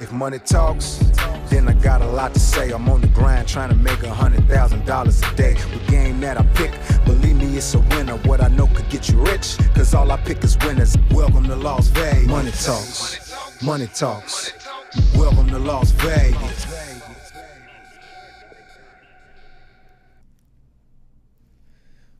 If money talks, then I got a lot to say. I'm on the grind trying to make a hundred thousand dollars a day. The game that I pick, believe me, it's a winner. What I know could get you rich, cause all I pick is winners. Welcome to Las Vegas. Money talks, money talks. Welcome to Las Vegas.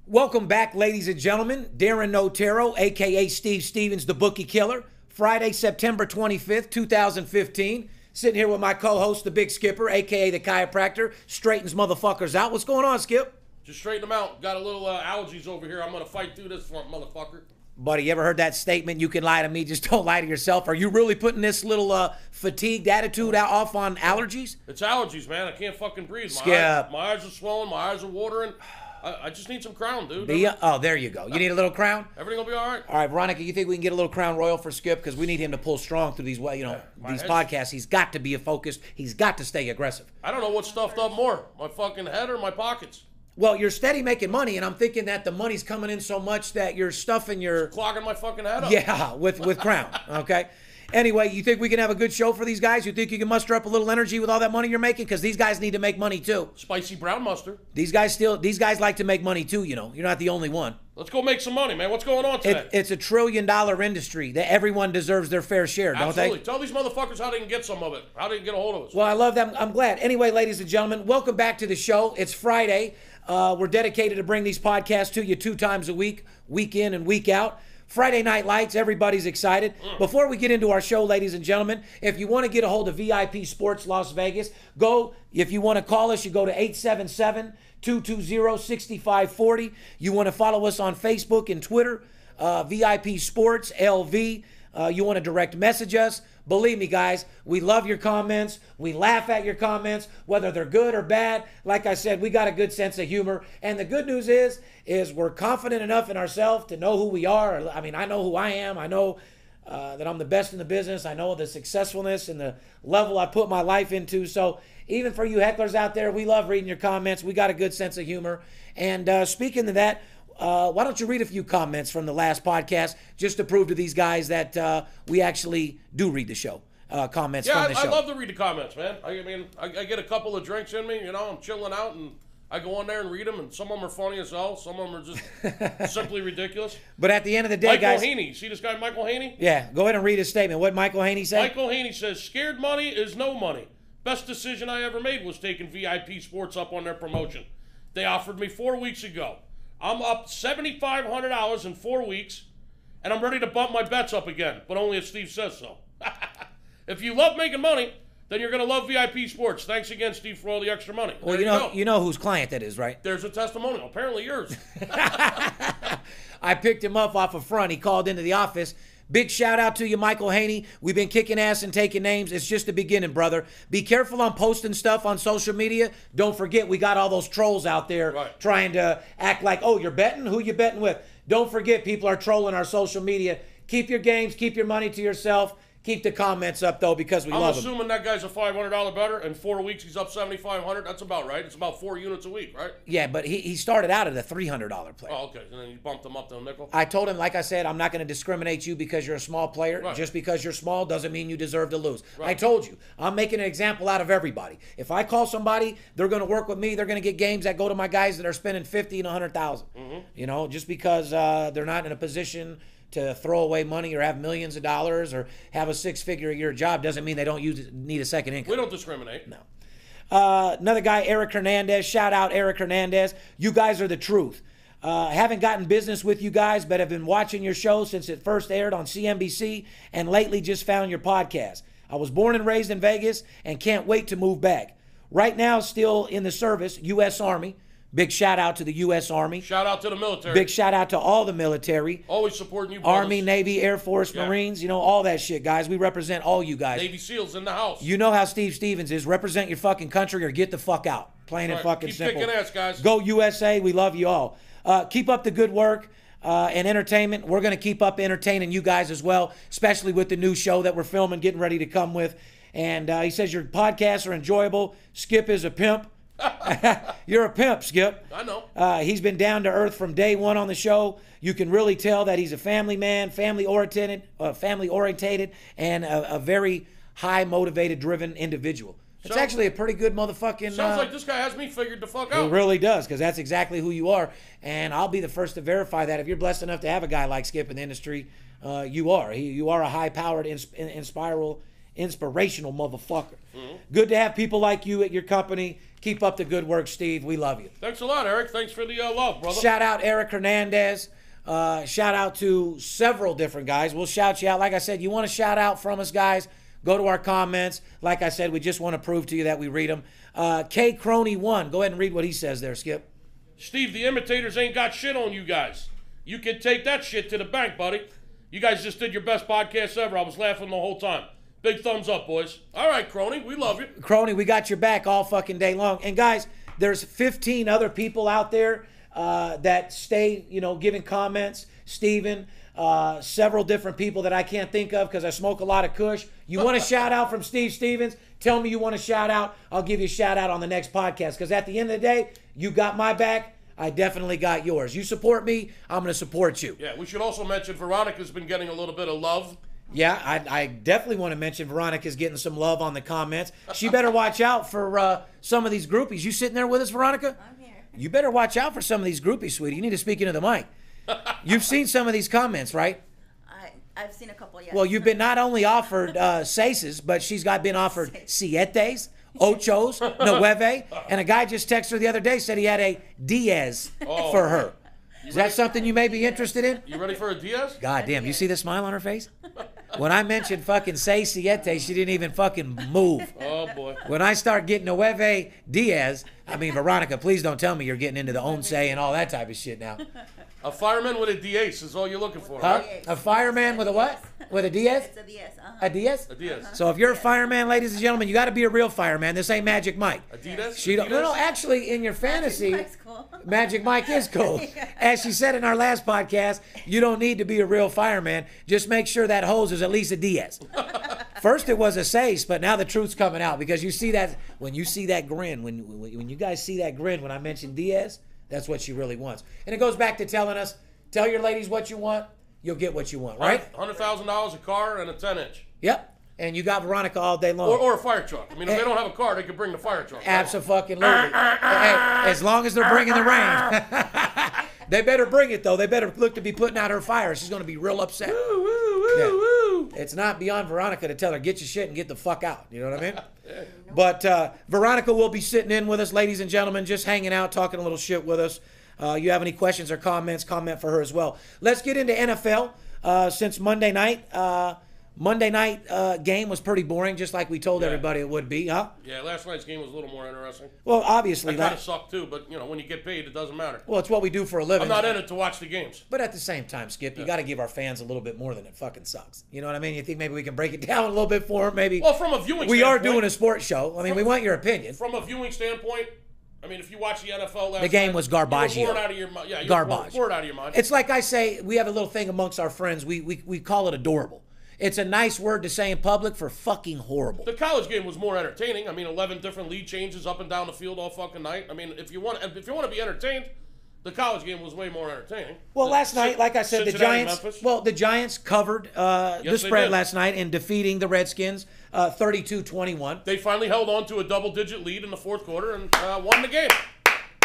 Welcome back, ladies and gentlemen. Darren Otero, aka Steve Stevens, the Bookie Killer. Friday, September 25th, 2015. Sitting here with my co-host, the Big Skipper, aka the chiropractor, straightens motherfuckers out. What's going on, Skip? Just straighten them out. Got a little uh, allergies over here. I'm gonna fight through this for 'em, motherfucker. Buddy, you ever heard that statement? You can lie to me, just don't lie to yourself. Are you really putting this little uh, fatigued attitude out off on allergies? It's allergies, man. I can't fucking breathe. My, Skip. Eyes, my eyes are swollen. My eyes are watering. I, I just need some crown, dude. The, uh, oh, there you go. You need a little crown. Everything will be all right. All right, Veronica, you think we can get a little crown royal for Skip because we need him to pull strong through these, well, you know, my these head's- podcasts. He's got to be focused. He's got to stay aggressive. I don't know what's stuffed up more, my fucking head or my pockets. Well, you're steady making money, and I'm thinking that the money's coming in so much that you're stuffing your Clogging my fucking head up. yeah with with crown. Okay. Anyway, you think we can have a good show for these guys? You think you can muster up a little energy with all that money you're making? Because these guys need to make money too. Spicy brown mustard. These guys still these guys like to make money too. You know, you're not the only one. Let's go make some money, man. What's going on today? It, it's a trillion dollar industry that everyone deserves their fair share, don't Absolutely. they? Tell these motherfuckers how they can get some of it. How they can get a hold of us. Well, I love them. I'm glad. Anyway, ladies and gentlemen, welcome back to the show. It's Friday. Uh, we're dedicated to bring these podcasts to you two times a week, week in and week out. Friday Night Lights, everybody's excited. Before we get into our show, ladies and gentlemen, if you want to get a hold of VIP Sports Las Vegas, go. If you want to call us, you go to 877 220 6540. You want to follow us on Facebook and Twitter, uh, VIP Sports LV. Uh, you want to direct message us. Believe me, guys, we love your comments. We laugh at your comments, whether they're good or bad. Like I said, we got a good sense of humor. And the good news is, is we're confident enough in ourselves to know who we are. I mean, I know who I am. I know uh, that I'm the best in the business. I know the successfulness and the level I put my life into. So even for you hecklers out there, we love reading your comments. We got a good sense of humor. And uh, speaking to that, uh, why don't you read a few comments from the last podcast just to prove to these guys that uh, we actually do read the show uh, comments yeah, from the I, show. I love to read the comments, man. I, I mean, I, I get a couple of drinks in me. You know, I'm chilling out and. I go on there and read them, and some of them are funny as hell. Some of them are just simply ridiculous. but at the end of the day, Michael guys, Haney. See this guy, Michael Haney? yeah, go ahead and read his statement. What Michael Haney said. Michael Haney says, scared money is no money. Best decision I ever made was taking VIP Sports up on their promotion. They offered me four weeks ago. I'm up $7,500 in four weeks, and I'm ready to bump my bets up again, but only if Steve says so. if you love making money, then you're going to love VIP Sports. Thanks again, Steve, for all the extra money. well, There you know, go. you know whose client that is, right? There's a testimonial, apparently yours. I picked him up off of front. He called into the office. Big shout out to you, Michael Haney. We've been kicking ass and taking names. It's just the beginning, brother. Be careful on posting stuff on social media. Don't forget, we got all those trolls out there Right. trying to act like, oh, you're betting? Who you betting with? Don't forget, people are trolling our social media. Keep your games, keep your money to yourself. Keep the comments up, though, because we I'm love them. assuming that guy's a $500 better. In four weeks, he's up 7500 That's about right. It's about four units a week, right? Yeah, but he, he started out at a $300 play. Oh, okay. And then you bumped him up to a nickel. I told him, like I said, I'm not going to discriminate you because you're a small player. Right. Just because you're small doesn't mean you deserve to lose. I told you, I'm making an example out of everybody. If I call somebody, they're going to work with me. They're going to get games that go to my guys that are spending fifty and a hundred You know, just because uh, they're not in a position to throw away money or have millions of dollars or have a six figure a year job doesn't mean they don't use need a second income. We don't discriminate. No. Uh, another guy, Eric Hernandez. Shout out, Eric Hernandez. You guys are the truth. Uh, haven't gotten business with you guys, but have been watching your show since it first aired on CNBC and lately just found your podcast. I was born and raised in Vegas and can't wait to move back. Right now, still in the service, U.S. Army. Big shout out to the U.S. Army. Shout out to the military. Big shout out to all the military Always supporting you. brothers. Army, Navy, Air Force, Marines, you know, all that shit, guys. We represent all you guys. Navy SEALs in the house. You know how Steve Stevens is. Represent your fucking country or get the fuck out. Plain and Right. fucking Keep simple. kicking ass, guys. Go USA. We love you all. Uh, keep up the good work. uh, and entertainment. We're going to keep up entertaining you guys as well, especially with the new show that we're filming, getting ready to come with. And uh, he says your podcasts are enjoyable. Skip is a pimp. You're a pimp, Skip. I know. Uh, he's been down to earth from day one on the show. You can really tell that he's a family man, family oriented, uh, family orientated, and a, a very high motivated, driven individual. It's Sounds- actually a pretty good motherfucking. Sounds uh, like this guy has me figured the fuck it out. really does, because that's exactly who you are. And I'll be the first to verify that. If you're blessed enough to have a guy like Skip in the industry, uh, you are. He, you are a high powered, insp- in- inspiral, inspirational motherfucker. Mm-hmm. Good to have people like you at your company. Keep up the good work, Steve. We love you. Thanks a lot, Eric. Thanks for the uh, love, brother. Shout out Eric Hernandez. Uh, shout out to several different guys. We'll shout you out. Like I said, you want a shout out from us, guys? Go to our comments. Like I said, we just want to prove to you that we read them. Uh, K Crony one, go ahead and read what he says there, Skip. Steve, the imitators ain't got shit on you guys. You can take that shit to the bank, buddy. You guys just did your best podcast ever. I was laughing the whole time. Big thumbs up, boys. All right, crony, we love you. Crony, we got your back all fucking day long. And guys, there's 15 other people out there uh, that stay, you know, giving comments. Steven, uh, several different people that I can't think of because I smoke a lot of Kush. You want a shout out from Steve Stevens? Tell me you want a shout out. I'll give you a shout out on the next podcast because at the end of the day, you got my back. I definitely got yours. You support me, I'm going to support you. Yeah, we should also mention Veronica's been getting a little bit of love. Yeah, I, I definitely want to mention Veronica's getting some love on the comments. She better watch out for uh, some of these groupies. You sitting there with us, Veronica? I'm here. You better watch out for some of these groupies, sweetie. You need to speak into the mic. You've seen some of these comments, right? I, I've seen a couple, yes. Well, you've been not only offered uh, seises, but she's got been offered sietes, ochos, nueve, and a guy just texted her the other day said he had a Diaz for her. Is that something you may be interested in? You ready for a Diaz? God damn, you see the smile on her face? When I mentioned fucking say siete, she didn't even fucking move. Oh, boy. When I start getting Nueve Diaz, I mean, Veronica, please don't tell me you're getting into the once and all that type of shit now. A fireman with a Diaz is all you're looking for, Huh? right? A fireman with a what? With a Diaz? It's a yes, uh-huh. A Diaz? A Diaz. So if you're a fireman, ladies and gentlemen, you got to be a real fireman. This ain't Magic Mike. Adidas? She don't, no, Adidas? no, actually, in your fantasy, Mike's cool. Magic Mike is cool. As she said in our last podcast, you don't need to be a real fireman. Just make sure that hose is at least a Diaz. First it was a Sace, but now the truth's coming out because you see that when you see that grin, when when when you guys see that grin when I mentioned Diaz, that's what she really wants. And it goes back to telling us, tell your ladies what you want, you'll get what you want, right? $100,000 a car and a 10 inch. Yep. And you got Veronica all day long. Or, or a fire truck. I mean, if Eh. they don't have a car, they could bring the fire truck. Absolutely. as long as they're bringing the rain. they better bring it, though. They better look to be putting out her fire. She's going to be real upset. Yeah. It's not beyond Veronica to tell her, get your shit and get the fuck out. You know what I mean? But uh, Veronica will be sitting in with us, ladies and gentlemen, just hanging out, talking a little shit with us. Uh, you have any questions or comments, comment for her as well. Let's get into NFL. Uh, since Monday night, uh, Monday night uh, game was pretty boring, just like we told everybody it would be, huh? Yeah, last night's game was a little more interesting. Well, obviously, Kind that- of sucked, too, but, you know, when you get paid, it doesn't matter. Well, it's what we do for a living. I'm not in it to watch the games. But at the same time, Skip, you got to give our fans a little bit more than it fucking sucks. You know what I mean? You think maybe we can break it down a little bit for them? Maybe Well, from a viewing we are standpoint, doing a sports show. I mean, we want your opinion. from a viewing standpoint, I mean, if you watch the NFL last The game night, was you were bored garbaggio. out of your mi- yeah, you were Garbage. bored- bored out of your mind. It's like I say, we have a little thing amongst our friends. We we, we call it adorable. It's a nice word to say in public for fucking horrible. the college game was more entertaining. I mean, eleven different lead changes up and down the field all fucking night. I mean, if you want if you want to be entertained, the college game was way more entertaining. Well, The last Cin- night, like I said, the Cincinnati, Giants. Memphis. Well, the Giants covered uh, the Yes, they spread did. last night in defeating the Redskins, uh, 32-21. they finally held on to a double digit lead in the fourth quarter and uh, won the game.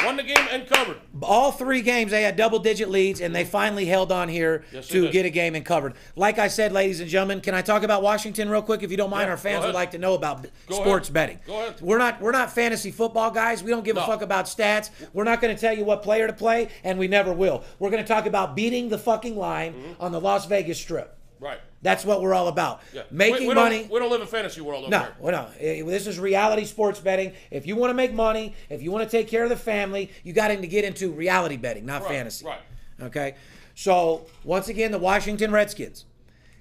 Won the game and covered. all three games they had double digit leads and they finally held on here Yes, they to did. get a game and covered like i said ladies and gentlemen can i talk about washington real quick if you don't mind Yeah, our go fans ahead. would like to know about b- Go sports ahead. betting Go ahead. we're not we're not fantasy football guys we don't give a No. fuck about stats we're not going to tell you what player to play and we never will we're going to talk about beating the fucking line on the las vegas strip Right. that's what we're all about Mm-hmm. Yeah. making we, we money Don't, we don't live in fantasy world over no, here. well, no. Eh, This is reality sports betting. If you want to make money, if you want to take care of the family, you got to get into reality betting, not Right, fantasy. right. Okay. So once again, the Washington Redskins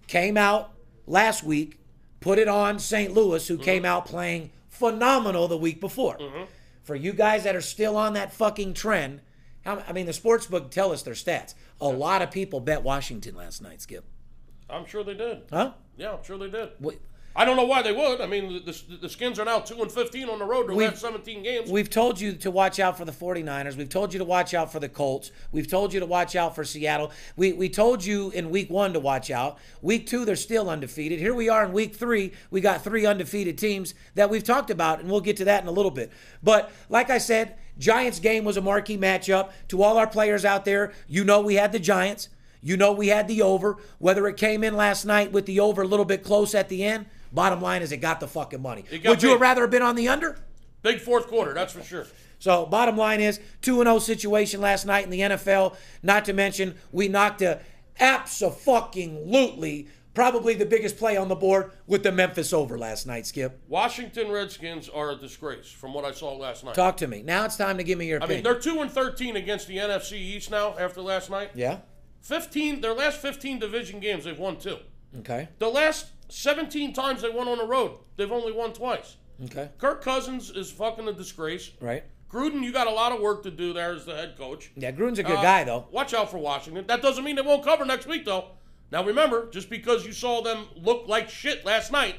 came out last week, put it on St. Louis, Mm-hmm. who came out playing phenomenal the week before. For you guys that are still on that fucking trend, How, I mean, the sports book tell us their stats. A lot of people bet Washington last night, Skip. I'm sure they did. Huh? Yeah, I'm sure they did. We, I don't know why they would. I mean, the, the, the Skins are now two and fifteen on the road. Their We- last seventeen games. we've told you to watch out for the 49ers. We've told you to watch out for the Colts. We've told you to watch out for Seattle. We, we told you in week one to watch out. Week two, they're still undefeated. Here we are in week three. We got three undefeated teams that we've talked about, and we'll get to that in a little bit. But like I said, Giants game was a marquee matchup. To all our players out there, you know we had the Giants. You know we had the over. Whether it came in last night with the over a little bit close at the end, bottom line is it got the fucking money. It got Would you big. have rather have been on the under? Big fourth quarter, that's for sure. So bottom line is 2 0 situation last night in the NFL. Not to mention we knocked a absolutely probably the biggest play on the board with the Memphis over last night. Skip, Washington Redskins are a disgrace from what I saw last night. talk to me. Now it's time to give me your I mean, opinion. they're two and thirteen against the NFC East now after last night. yeah. Fifteen, their last fifteen division games, they've won two. Okay. The last seventeen times they won on the road, they've only won twice. Okay. Kirk Cousins is fucking a disgrace. Right. Gruden, you got a lot of work to do there as the head coach. Yeah, Gruden's a good Uh, guy though. Watch out for Washington. That doesn't mean they won't cover next week, though. Now remember, just because you saw them look like shit last night,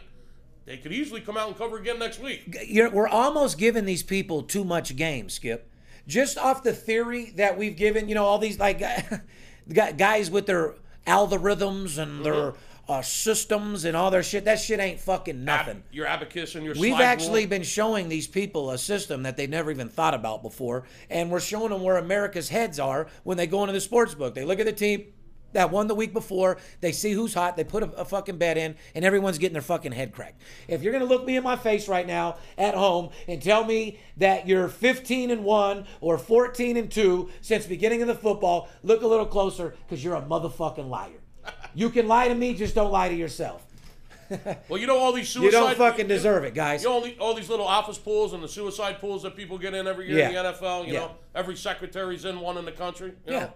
they could easily come out and cover again next week. You're, we're almost giving these people too much game, Skip. Just off the theory that we've given, you know, all these like gu- guys with their algorithms and their uh, systems and all their shit. That shit ain't fucking nothing. Your abacus and your We've slide rule. actually been showing these people a system that they never even thought about before, and we're showing them where America's heads are when they go into the sports book. They look at the team that won the week before, they see who's hot, they put a, a fucking bet in, and everyone's getting their fucking head cracked. If you're gonna look me in my face right now at home and tell me that you're 15 and one or 14 and two since beginning of the football, look a little closer because you're a motherfucking liar. You can lie to me, just don't lie to yourself. Well, you know all these suicide. You don't fucking deserve it, guys. You know all, the, all these little office pools and the suicide pools that people get in every year in Yeah. the NFL. You Yeah. know, every secretary's in one in the country. You Yeah. Know?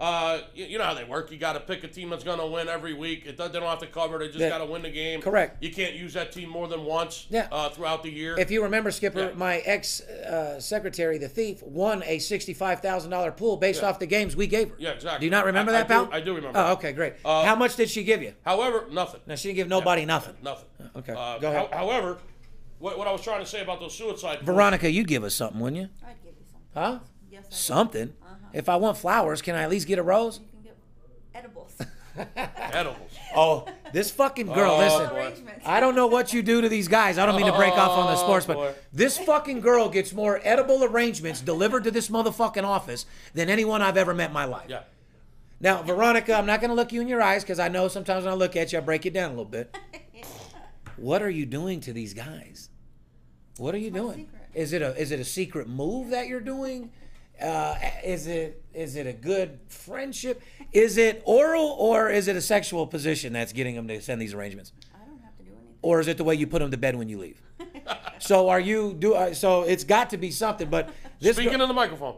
Uh, you, you know how they work. You got to pick a team that's going to win every week. It, do- they don't have to cover. They just They- got to win the game. Correct. You can't use that team more than once. Yeah. Uh, throughout the year. If you remember, Skipper, Yeah. my ex uh, secretary, the thief, won a sixty-five thousand dollar pool based off the games we gave her. Yeah, exactly. Do you not remember I- I that, pal? do- I do remember Oh, that. Uh, okay, great. How much did she give you? However, nothing. No, she didn't give nobody nothing. Nothing. Okay, Uh, go ahead. how- however, what, what I was trying to say about those suicide pools- Veronica, you'd give us something, wouldn't you? I'd give you something. Huh? Yes, I would. Something. If I want flowers, can I at least get a rose? You can get edibles. edibles. Oh, this fucking girl. Oh, listen, boy. Arrangements. I don't know what you do to these guys. I don't mean to break off on the sports, but Oh, boy. this fucking girl gets more edible arrangements delivered to this motherfucking office than anyone I've ever met in my life. Yeah. Now, Veronica, I'm not going to look you in your eyes because I know sometimes when I look at you, I break you down a little bit. what are you doing to these guys? What are you doing? secret. Is it a is it a secret move that you're doing? Uh, is it is it a good friendship? Is it oral or is it a sexual position that's getting them to send these arrangements? I don't have to do anything. or is it the way you put them to bed when you leave? so are you do uh, so? It's got to be something. But this Speaking girl- of the microphone,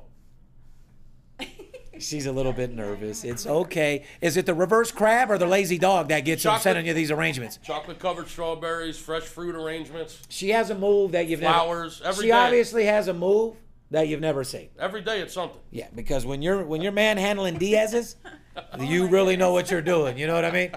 she's a little bit nervous. It's okay. Is it the reverse crab or the lazy dog that gets them Chocolate- sending you these arrangements? chocolate covered strawberries, fresh fruit arrangements. She has a move that you've Flowers, never. every she day. obviously has a move that you've never seen. Every day it's something. Yeah, because when you're when you're manhandling Diaz's, you really know what you're doing. You know what I mean?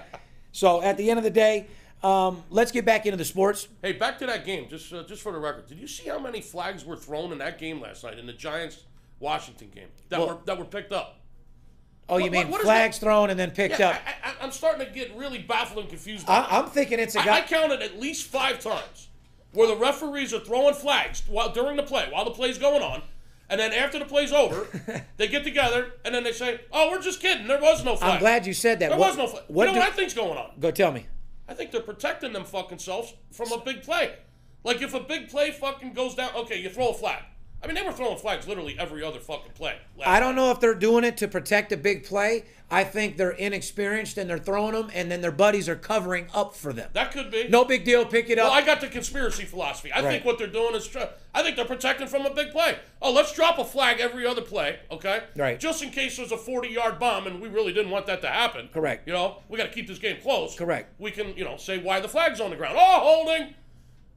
So at the end of the day, um, let's get back into the sports. Hey, back to that game, just uh, just for the record. Did you see how many flags were thrown in that game last night in the Giants Washington game that Well- were that were picked up? Oh, you What- mean what- what is flags that? thrown and then picked Yeah, up? I, I, I'm starting to get really baffled and confused. By I, I'm thinking it's a I, I guy. counted at least five times where the referees are throwing flags while during the play, while the play's going on, and then after the play's over, they get together and then they say, "Oh, we're just kidding. There was no flag. I'm glad you said that. there What- was no flag." what you do- know what I think's going on? Go tell me. I think they're protecting them fucking selves from a big play. Like if a big play fucking goes down, okay, you throw a flag. I mean, they were throwing flags literally every other fucking play. last I don't know if they're doing it to protect a big play. I think they're inexperienced and they're throwing them, and then their buddies are covering up for them. That could be. No big deal. Pick it up. Well, I got the conspiracy philosophy. I Right. think what they're doing is, tr- I think they're protecting from a big play. Oh, let's drop a flag every other play, okay? Right. Just in case there's a 40-yard bomb, and we really didn't want that to happen. Correct. You know, we got to keep this game close. Correct. We can, you know, say why the flag's on the ground. Oh, holding.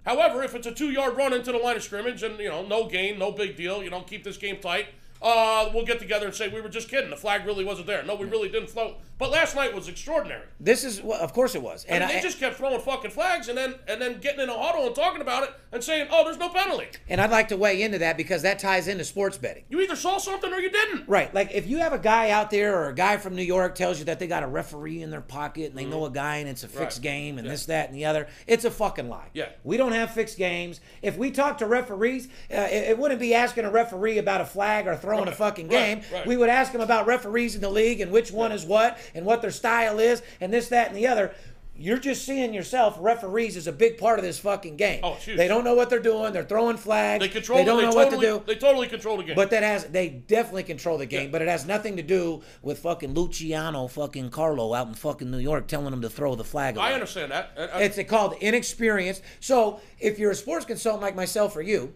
However, if it's a two-yard run into the line of scrimmage, and you know, no gain, no big deal. You know, keep this game tight. uh, we'll get together and say we were just kidding. The flag really wasn't there. No, we really didn't float. But last night was extraordinary. This is, well, of course it was. And, And, they I, just kept throwing fucking flags and then and then getting in a huddle and talking about it and saying, "Oh, there's no penalty." and I'd like to weigh into that because that ties into sports betting. You either saw something or you didn't. Right. Like if you have a guy out there or a guy from New York tells you that they got a referee in their pocket and they know a guy and it's a fixed Mm-hmm. Right. game and Yeah. this, that, and the other, it's a fucking lie. Yeah. We don't have fixed games. If we talk to referees, uh, it, it wouldn't be asking a referee about a flag or throwing a Right, fucking right, game. right. We would ask them about referees in the league and which one is what and what their style is and this, that, and the other. You're just seeing yourself. Referees is a big part of this fucking game. Oh, it's huge. They don't know what they're doing. They're throwing flags. They control. They don't know totally, what to do. They totally control the game. But that has they definitely control the game, but it has nothing to do with fucking Luciano fucking Carlo out in fucking New York telling them to throw the flag away. I understand that. And, and- It's called inexperience. So if you're a sports consultant like myself or you,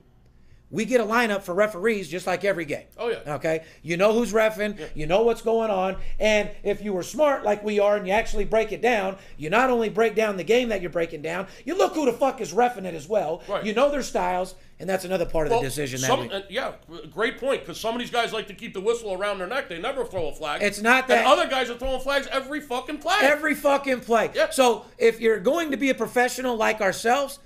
we get a lineup for referees just like every game. Oh, yeah. Okay. You know who's refing. You know what's going on. And if you were smart like we are, and you actually break it down, you not only break down the game that you're breaking down, you look who the fuck is refing it as well. Right. You know their styles, and that's another part of well, the decision. some- that we, and- yeah, great point. Because some of these guys like to keep the whistle around their neck. They never throw a flag. It's not that- And other guys are throwing flags every fucking play. Every fucking play. Yeah. So if you're going to be a professional like ourselves,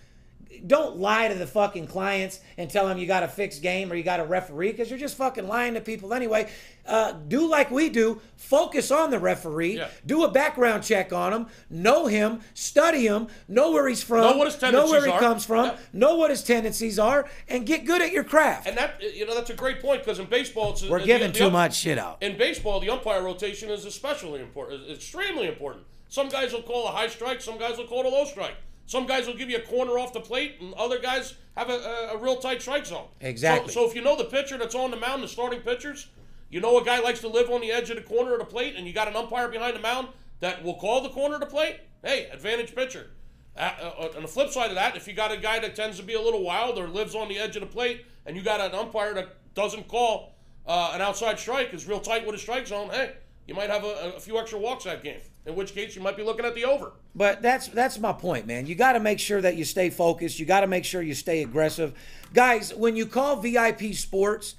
don't lie to the fucking clients and tell them you got a fixed game or you got a referee because you're just fucking lying to people anyway. Uh, do like we do. Focus on the referee. Yeah. Do a background check on him. Know him. Study him. Know where he's from. Know what his Know where he tendencies are. comes from. Yeah. Know what his tendencies are, and get good at your craft. And that you know that's a great point because in baseball it's We're the- giving the- too much shit out. In baseball, the umpire rotation is especially important, is extremely important. Some guys will call a high strike, some guys will call a low strike. Some guys will give you a corner off the plate, and other guys have a, a, a real tight strike zone. Exactly. So, so if you know the pitcher that's on the mound, the starting pitchers, you know a guy likes to live on the edge of the corner of the plate, and you got an umpire behind the mound that will call the corner of the plate. Hey, advantage pitcher. Uh, uh, on the flip side of that, if you got a guy that tends to be a little wild or lives on the edge of the plate, and you got an umpire that doesn't call uh, an outside strike, is real tight with his strike zone, hey, you might have a, a few extra walks that game. In which case, you might be looking at the over. But that's that's my point, man. You got to make sure that you stay focused. You got to make sure you stay aggressive, guys. When you call VIP Sports,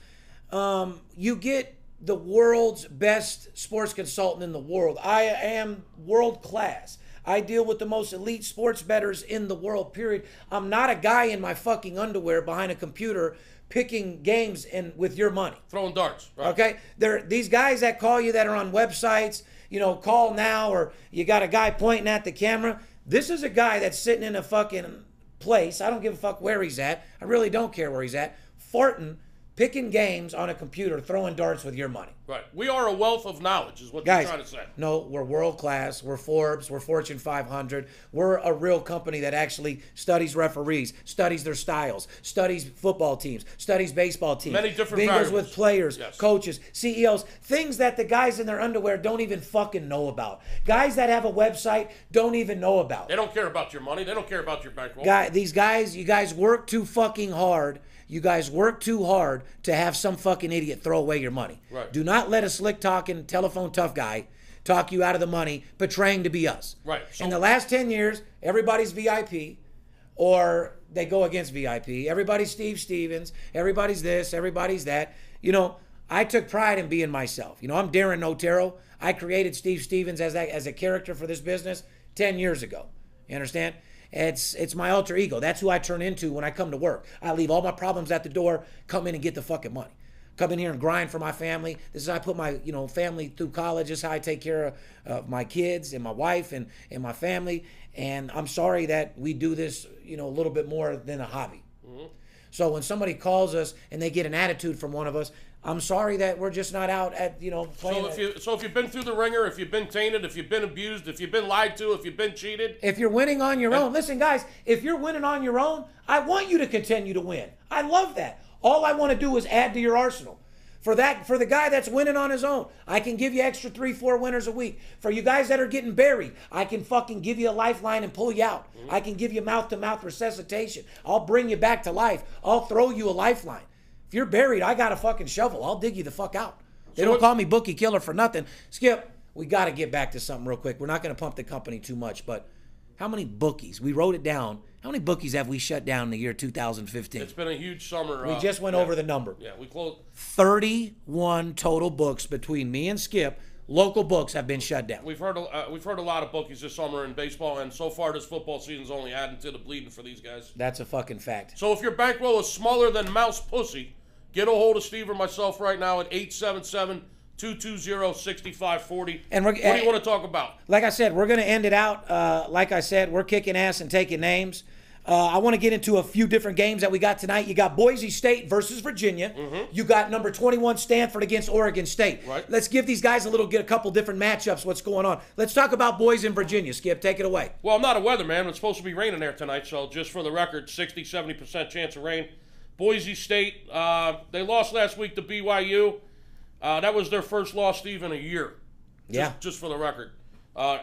um, you get the world's best sports consultant in the world. I am world class. I deal with the most elite sports bettors in the world. Period. I'm not a guy in my fucking underwear behind a computer picking games and with your money. Throwing darts. Right? Okay, there these guys that call you that are on websites, you know, call now or you got a guy pointing at the camera. This is a guy that's sitting in a fucking place. I don't give a fuck where he's at. I really don't care where he's at. Farting, picking games on a computer, throwing darts with your money. Right. We are a wealth of knowledge, is what Guys, you're trying to say. no, we're world class. We're Forbes. We're Fortune 500. We're a real company that actually studies referees, studies their styles, studies football teams, studies baseball teams. Many different Mingles with variables. players, Yes. coaches, CEOs, things that the guys in their underwear don't even fucking know about. Guys that have a website don't even know about. They don't care about your money. They don't care about your bankroll. Guy, these guys, you guys work too fucking hard. You guys work too hard to have some fucking idiot throw away your money. Right. Do not let a slick talking telephone tough guy talk you out of the money, portraying to be us. Right. In So- the last ten years, everybody's VIP, or they go against VIP. Everybody's Steve Stevens. Everybody's this. Everybody's that. You know, I took pride in being myself. You know, I'm Darren Otero. I created Steve Stevens as a, as a character for this business ten years ago. You understand? It's it's my alter ego. That's who I turn into when I come to work. I leave all my problems at the door. Come in and get the fucking money. Come in here and grind for my family. This is how I put my you know family through college. This is how I take care of uh, my kids and my wife and and my family. And I'm sorry that we do this you know a little bit more than a hobby. So when somebody calls us and they get an attitude from one of us, I'm sorry that we're just not out at you know playing. So if you so if you've been through the ringer, if you've been tainted, if you've been abused, if you've been lied to, if you've been cheated, If you're winning on your own, listen, guys, if you're winning on your own, I want you to continue to win. I love that. All I want to do is add to your arsenal. For that, for the guy that's winning on his own, I can give you extra three, four winners a week. For you guys that are getting buried, I can fucking give you a lifeline and pull you out. I can give you mouth to mouth resuscitation. I'll bring you back to life. I'll throw you a lifeline. If you're buried, I got a fucking shovel. I'll dig you the fuck out. They don't what- call me bookie killer for nothing. Skip, we got to get back to something real quick. We're not going to pump the company too much, but How many bookies? We wrote it down. How many bookies have we shut down in the year 2015? It's been a huge summer. we uh, just went yeah. over the number. Yeah, we closed. 31 total books between me and Skip. Local books have been shut down. We've heard a, uh, we've heard a lot of bookies this summer in baseball, and so far this football season's only adding to the bleeding for these guys. That's a fucking fact. So if your bankroll is smaller than mouse pussy, get a hold of Steve or myself right now at 877-220-6540. And we're- what do you want to talk about? Like I said, we're going to end it out. Uh, like I said, we're kicking ass and taking names. Uh, I want to get into a few different games that we got tonight. You got Boise State versus Virginia. You got number 21 Stanford against Oregon State. Right. Let's give these guys a little, get a couple different matchups. What's going on? Let's talk about boys in Virginia. Skip, take it away. Well, I'm not a weatherman, but it's supposed to be raining there tonight. So, just for the record, 60, 70% chance of rain. Boise State, uh, they lost last week to BYU. Uh, that was their first loss, Steve, in a year, Yeah. just for the record. Uh,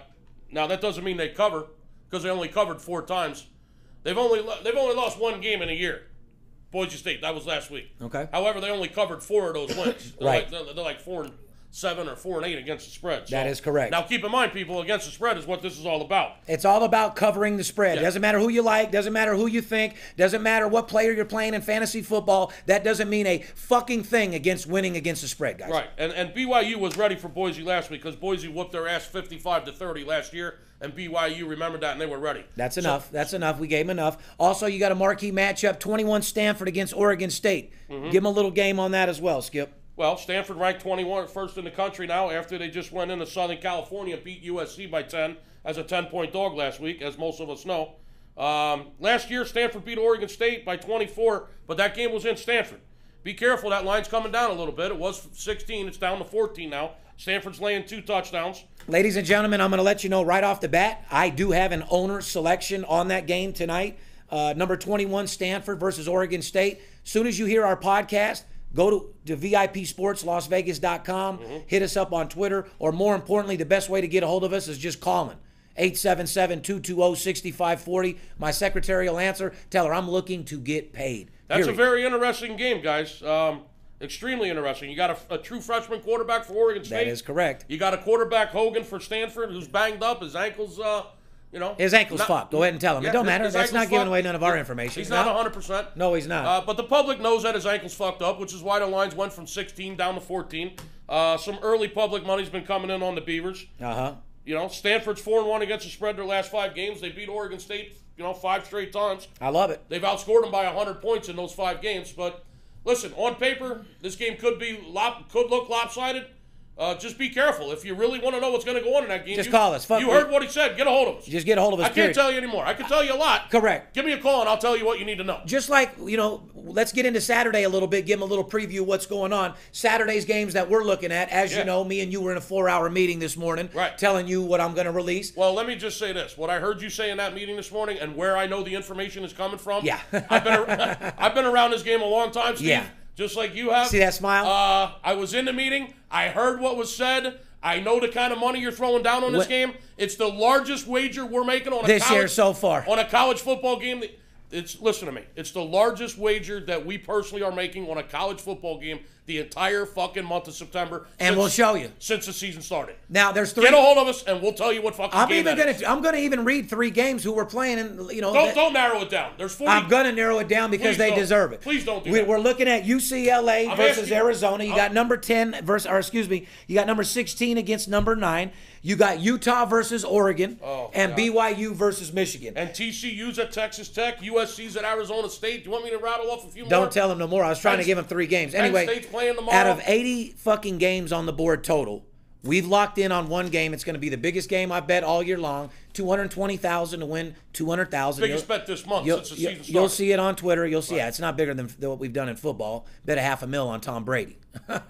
now, that doesn't mean they cover, because they only covered four times. They've only, lo- they've only lost one game in a year. Boise State, that was last week. Okay. However, they only covered four of those wins. They're Right. Like, they're, they're like four and seven or four and eight against the spread. So- That is correct. Now, keep in mind, people, against the spread is what this is all about. It's all about covering the spread. Doesn't matter who you like, doesn't matter who you think, doesn't matter what player you're playing in fantasy football. That doesn't mean a fucking thing against winning against the spread, guys. Right, and and BYU was ready for Boise last week because Boise whooped their ass fifty-five to thirty last year, and BYU remembered that and they were ready. That's enough. That's enough. We gave him enough. Also, you got a marquee matchup 21 Stanford against Oregon State. Give him a little game on that as well, Skip. Well, Stanford ranked 21 first in the country now after they just went into Southern California and beat USC by 10 as a 10-point dog last week, as most of us know. Um, last year, Stanford beat Oregon State by 24, but that game was in Stanford. Be careful, that line's coming down a little bit. It was 16, it's down to 14 now. Stanford's laying two touchdowns. Ladies and gentlemen, I'm going to let you know right off the bat, I do have an owner selection on that game tonight. Uh, number 21, Stanford versus Oregon State. Soon as you hear our podcast, go to, to VIPSportsLasVegas.com, Mm-hmm. hit us up on Twitter, or more importantly, the best way to get a hold of us is just calling. oh, 877-220-6540. My secretary will answer. Tell her I'm looking to get paid. That's a Period. very interesting game, guys. Um, extremely interesting. You got a, a true freshman quarterback for Oregon State. That is correct. You got a quarterback Hogan for Stanford, who's banged up. His ankles, uh, you know, His ankle's not- fucked. Go ahead and tell him. it Yeah, don't his- matter. his That's not ankle's giving fucked. away none of our information. He's not No. 100. percent No, he's not. Uh, but the public knows that his ankle's fucked up, which is why the lines went from 16 down to 14. Uh, some early public money's been coming in on the Beavers. Uh-huh. You know, Stanford's four and one against the spread their last five games. They beat Oregon State, you know, five straight times. I love it. They've outscored them by 100 points in those five games. But listen, on paper, this game could be lop, could look lopsided. Uh, just be careful if you really want to know what's going to go on in that game. Just you, call us. Fuck you me. heard what he said. Get a hold of us. Just get a hold of us. I can't period. tell you anymore. I can tell you a lot. Correct. Give me a call and I'll tell you what you need to know. just like you know let's get into saturday a little bit give them a little preview of what's going on saturday's games that we're looking at as Yeah. you know me and you were in a four hour meeting this morning Right. telling you what i'm going to release Well, let me just say this: what I heard you say in that meeting this morning, and where I know the information is coming from. Yeah. I've been ar- I've been around this game a long time, Steve. Yeah. Just like you have. See that smile? Uh, I was in the meeting. I heard what was said. I know the kind of money you're throwing down on this What- game. It's the largest wager we're making on a This college, year so far. on a college football game. that- It's listen to me. It's the largest wager that we personally are making on a college football game the entire fucking month of September. and we'll show you since the season started. now there's three Get a hold of us, and we'll tell you what fucking i'm game even that gonna is. i'm gonna even read three games who we're playing and you know Don't that- don't narrow it down. There's 40. I'm gonna narrow it down because Please they don't. deserve it. Please don't do we, that. We're looking at UCLA I'm versus asking- Arizona. You got number ten versus, or excuse me, you got number sixteen against number nine. You got Utah versus Oregon, Oh, and God. BYU versus Michigan. and TCU's at Texas Tech, USC's at Arizona State. Do you want me to rattle off a few more? Don't tell him no more. I was trying Penn- to give him three games. Penn Anyway, State's playing tomorrow. out of 80 fucking games on the board total, we've locked in on one game. It's going to be the biggest game I bet all year long. 220,000 to win 200,000. Biggest You'll- bet this month You'll, since the you'll- season started. you'll see it on Twitter. You'll see. Yeah, it's not bigger than, than what we've done in football. Bet a half a mil on Tom Brady.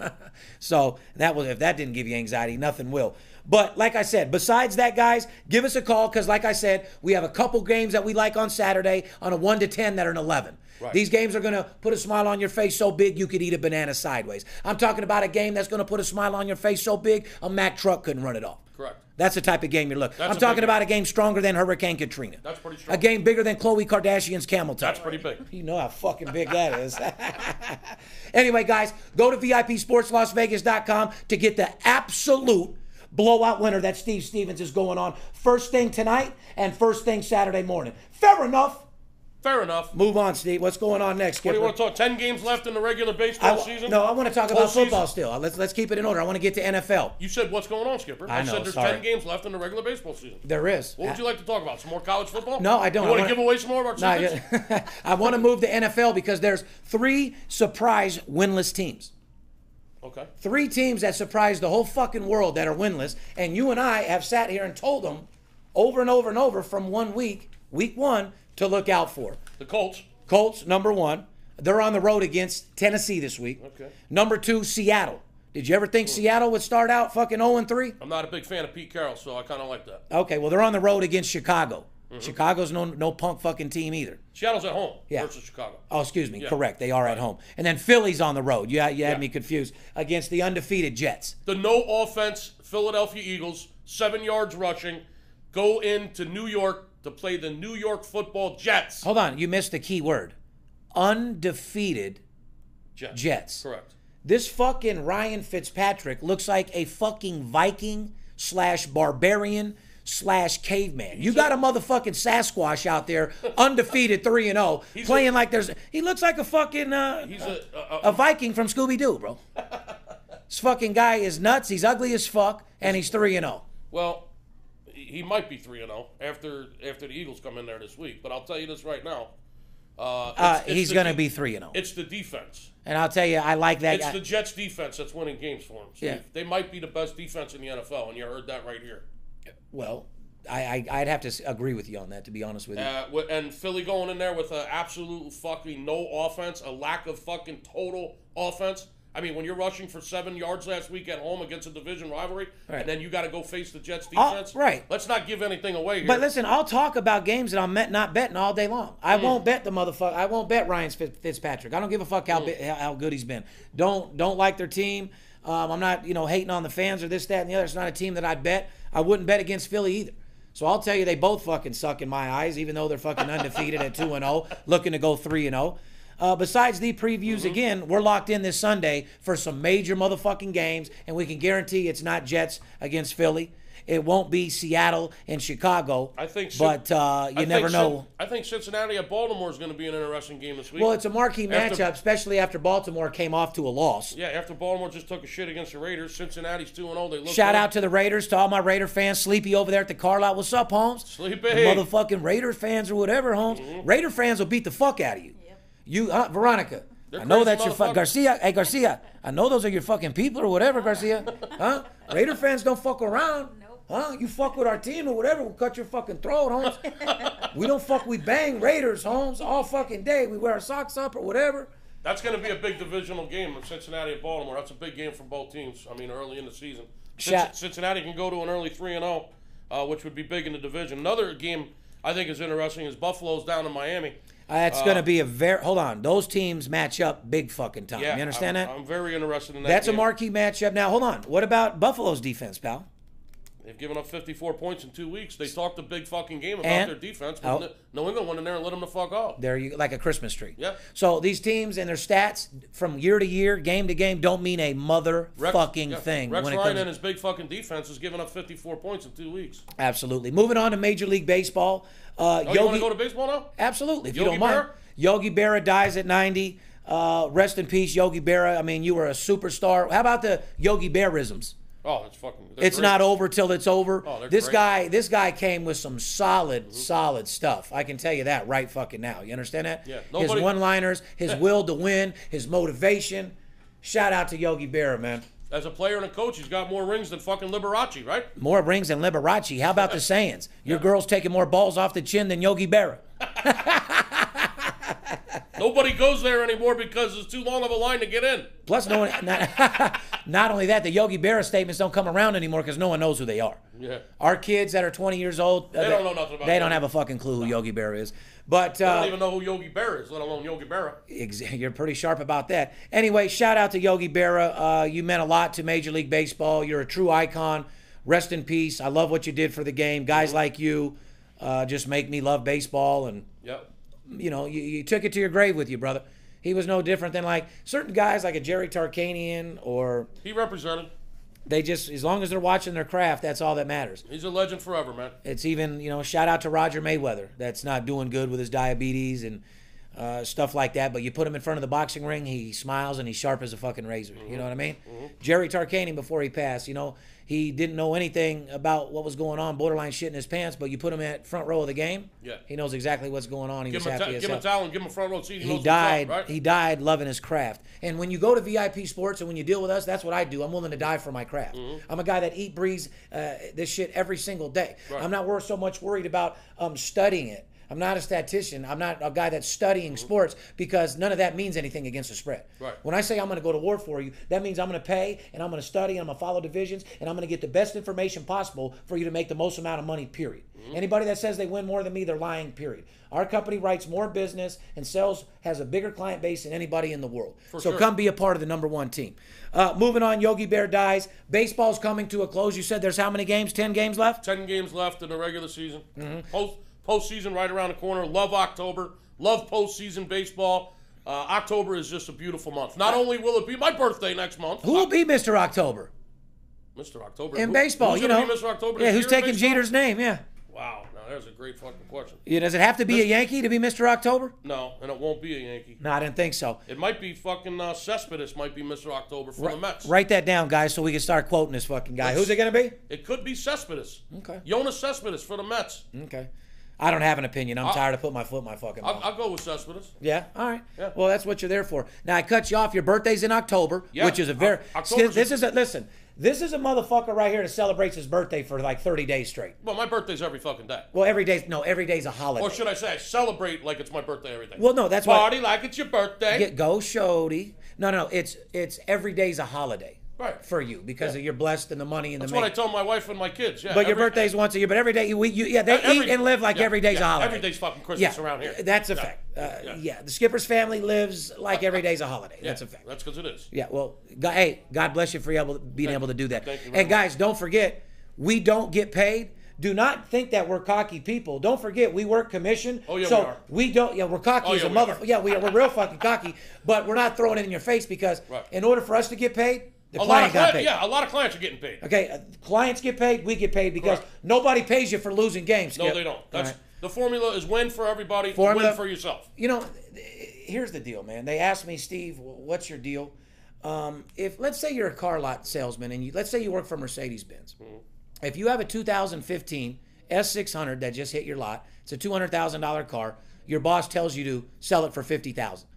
so that was if that didn't give you anxiety, nothing will. But like I said, besides that, guys, give us a call because, like I said, we have a couple games that we like on Saturday on a one to ten that are an eleven. Right. These games are going to put a smile on your face so big you could eat a banana sideways. I'm talking about a game that's going to put a smile on your face so big a Mack truck couldn't run it off. Correct. That's the type of game you're looking. That's a I'm big talking game. about a game stronger than Hurricane Katrina. That's pretty A strong. game bigger than Khloe Kardashian's camel toe. That's pretty big. You know how fucking big that is. anyway, guys, go to VIPSportsLasVegas.com to get the absolute blowout winner that Steve Stevens is going on first thing tonight and first thing Saturday morning. Fair enough. Fair enough. What Move on, Steve. What's going on next? do you Skipper? want to talk? Ten games left in the regular I baseball w- season. No, I want to talk Whole about football season? still. Let's let's keep it in order. I want to get to NFL. You said what's going on, Skipper? I know, said there's sorry. ten games left in the regular baseball season. There is. What would you like to talk about? Some more college football? No, I don't. You I want to wanna- give away some more of our No, I, tickets? just- I want to move to NFL because there's three surprise winless teams. Okay. Three teams that surprised the whole fucking world that are winless. And you and I have sat here and told them over and over and over from one week, week one, to look out for. The Colts. Colts, number one. They're on the road against Tennessee this week. Okay. Number two, Seattle. Did you ever think Seattle would start out fucking 0 and 3? I'm not a big fan of Pete Carroll, so I kind of like that. Okay, well, they're on the road against Chicago. Chicago's no, no punk fucking team either. Seattle's at home Yeah. versus Chicago. Oh, excuse me. Correct. They are at home. And then Philly's on the road. You, you had me confused against the undefeated Jets. The no offense Philadelphia Eagles, seven yards rushing, go into New York to play the New York football Jets. Hold on. You missed the key word undefeated Jets. Jets. Correct. This fucking Ryan Fitzpatrick looks like a fucking Viking slash barbarian slash caveman. You got a motherfucking Sasquatch out there, undefeated 3 and 0, playing like there's. He looks like a fucking. Uh, He's a, a, a- a Viking from Scooby Doo, bro. this fucking guy is nuts. He's ugly as fuck, and he's 3 and oh. 0. well, he might be three and zero after after the Eagles come in there this week. But I'll tell you this right now, uh, it's- Uh, it's he's the going to de- be 3 and 0. It's the defense. And I'll tell you, I like that It's guy. the Jets defense that's winning games for him. Yeah. They might be the best defense in the NFL, and you heard that right here. well, I, I I'd have to s- agree with you on that. To be honest with you, Uh, wi- and Philly going in there with an absolute fucking no offense, a lack of fucking total offense. I mean, when you're rushing for seven yards last week at home against a division rivalry, Right. and then you got to go face the Jets Oh, defense. right. Let's not give anything away here. but listen, I'll talk about games that I'm met, not betting all day long. I won't bet the motherfucker. I won't bet Ryan Fitz- Fitzpatrick. I don't give a fuck how bi- how- how good he's been. Don't don't like their team. Um, I'm not you know hating on the fans or this that and the other. It's not a team that I'd bet. I wouldn't bet against Philly either. So I'll tell you, they both fucking suck in my eyes, even though they're fucking undefeated at two and zero, looking to go three and zero. Uh, besides the previews again, we're locked in this Sunday for some major motherfucking games, and we can guarantee it's not Jets against Philly. It won't be Seattle and Chicago. I think so. but uh, you I never think Cin- know. I think Cincinnati at Baltimore is going to be an interesting game this week. Well, it's a marquee After- matchup, especially after Baltimore came off to a loss. yeah, after Baltimore just took a shit against the Raiders, Cincinnati's 2 0. They look Shout good. out to the Raiders, to all my Raider fans. Sleepy over there at the car lot. What's up, Holmes? Sleepy. Mm-hmm. The motherfucking Raider fans or whatever, Holmes. Raider fans will beat the fuck out of you. You, uh, Veronica. I know crazy that's your fuck motherfuckers. Garcia. Hey Garcia, I know those are your fucking people or whatever, Garcia. Huh? Raider fans don't fuck around. Nope. Huh? You fuck with our team or whatever, we'll cut your fucking throat, Holmes. we don't fuck. We bang Raiders, Holmes, all fucking day. We wear our socks up or whatever. That's going to be a big divisional game of Cincinnati and Baltimore. That's a big game for both teams. I mean, early in the season, Cin- Shaq. Cincinnati can go to an early three and zero, which would be big in the division. Another game I think is interesting is Buffalo's down in Miami. Uh, That's going to be a very. Hold on, those teams match up big fucking time. you understand I'm, that? I'm very interested in that. That's a game. marquee matchup. Now, hold on. What about Buffalo's defense, pal? They've given up 54 points in two weeks. They talked a big fucking game about And- their defense, Oh. but N- New England went in there and let them the fuck off. There you like a Christmas tree. Yeah. So these teams and their stats from year to year, game to game, don't mean a Rex- motherfucking yeah, thing Rex when it Ryan comes. and his big fucking defense has given up 54 points in two weeks. absolutely. Moving on to Major League Baseball. Uh, Oh, you want Yogi, to go to baseball now? absolutely. If you Yogi don't mind, Berra? Yogi Berra dies at 90. Uh, rest in peace, Yogi Berra. I mean, you were a superstar. How about the Yogi Berrisms? Oh, it's fucking. they're It's great. not over till it's over. Oh, they're this great. Mm-hmm. guy, this guy came with some solid, solid stuff. I can tell you that right fucking now. You understand that? Yeah. His Nobody- one-liners, his will to win, his motivation. Shout out to Yogi Berra, man. As a player and a coach, he's got more rings than fucking Liberace, right? More rings than Liberace. How about the sayings? Your girl's taking more balls off the chin than Yogi Berra. Nobody goes there anymore because it's too long of a line to get in. Plus, no one. Not, not only that, the Yogi Berra statements don't come around anymore because no one knows who they are. Yeah. Our kids that are 20 years old, uh, they, don't know nothing about They Yogi. don't have a fucking clue who Yogi Berra is. But I don't uh, even know who Yogi Berra is, let alone Yogi Berra. Ex- You're pretty sharp about that. Anyway, shout out to Yogi Berra. Uh, you meant a lot to Major League Baseball. You're a true icon. Rest in peace. I love what you did for the game. Guys like you uh, just make me love baseball. And, Yep. you know, you, you took it to your grave with you, brother. He was no different than like certain guys like a Jerry Tarkanian or He represented. They just, as long as they're watching their craft, that's all that matters. He's a legend forever, man. It's even, you know, shout out to Roger Mayweather. That's not doing good with his diabetes and uh, stuff like that. But you put him in front of the boxing ring, he smiles and he's sharp as a fucking razor. You know what I mean? Mm-hmm. Jerry Tarkanian, before he passed, you know, he didn't know anything about what was going on, borderline shit in his pants. But you put him at front row of the game, Yeah. he knows exactly what's going on. He Give was him, a happy ta- as give him a hell towel and give him a front row seat. He, he knows what's died Up, right? he died loving his craft and when you go to vip sports and when you deal with us that's what i do i'm willing to die for my craft Mm-hmm. i'm a guy that eat breathes uh, this shit every single day i'm not wor- so much worried about um, studying it i'm not a statistician i'm not a guy that's studying sports because none of that means anything against the spread Mm-hmm. Right. when i say i'm going to go to war for you that means i'm going to pay and i'm going to study and i'm going to follow divisions and i'm going to get the best information possible for you to make the most amount of money period Mm-hmm. anybody that says they win more than me they're lying period our company writes more business and sells has a bigger client base than anybody in the world. so sure. come be a part of the number one team. Uh, moving on, Yogi Bear dies. Baseball's coming to a close. You said there's how many games? Ten games left. Ten games left in the regular season. Mm-hmm. Post postseason right around the corner. Love October. Love postseason baseball. Uh, October is just a beautiful month. Not only will it be my birthday next month, Who will be Mr. October Mr. October in Who- baseball? who's you gonna know, be Mr. October. yeah, this who's year in taking baseball? Jeter's name? Yeah, Wow, now there's a great fucking question. yeah. Does it have to be a Yankee to be Mr. October? No, and it won't be a Yankee. No, I didn't think so. It might be fucking uh, Cespedes. Might be Mr. October for the Mets. Write that down, guys, so we can start quoting this fucking guy. Who's it gonna be? It could be Cespedes. Okay. Jonas Cespedes for the Mets. Okay. I don't have an opinion. I'm tired of putting my foot in my fucking mouth. I'll, I'll go with Cespedes. Yeah. All right. Yeah. Well, that's what you're there for. Now I cut you off. Your birthday's in October, Yeah. which is a very. O- October's this a- is a listen. This is a motherfucker right here that celebrates his birthday for like 30 days straight. Well, my birthday's every fucking day. Well, every day's no, every day's a holiday. Or should I say, I celebrate like it's my birthday every day. Well, no, that's why- party like it's your birthday. Get go, Shody. No, no, it's it's every day's a holiday. Right. For you because you're blessed and the money and That's the. what I make- tell my wife and my kids. Yeah, But your every- birthday's once a year. But every day you, we, you yeah they Every- eat and live like yeah, every day's a yeah, holiday. every day's fucking Christmas around here. That's a Yeah. fact. Uh, yeah. Yeah. the Skipper's family lives like every day's a holiday. Yeah, That's a fact. That's because it is. Yeah, well, God, hey, God bless you for able, being able to do that. Thank you very And guys, don't forget, we don't get paid. Do not think that we're cocky people. Don't forget, we work commission. Oh, yeah, so we are. don't. Yeah, we're cocky Oh, as yeah, a we are. motherfucker. Yeah, we are. We're real fucking cocky, but we're not throwing it in your face because Right. in order for us to get paid, the A lot of client got clients, paid. yeah, a lot of clients are getting paid. Okay, uh, clients get paid. We get paid because Correct. nobody pays you for losing games. No, Skip. they don't. All That's right. the formula is win for everybody, Formula- win for yourself. you know, here's the deal, man. They asked me, Steve, what's your deal? Um, if let's say you're a car lot salesman and you, let's say you work for Mercedes Benz, if you have a 2015 S600 that just hit your lot, it's a $200,000 car. Your boss tells you to sell it for 50,000.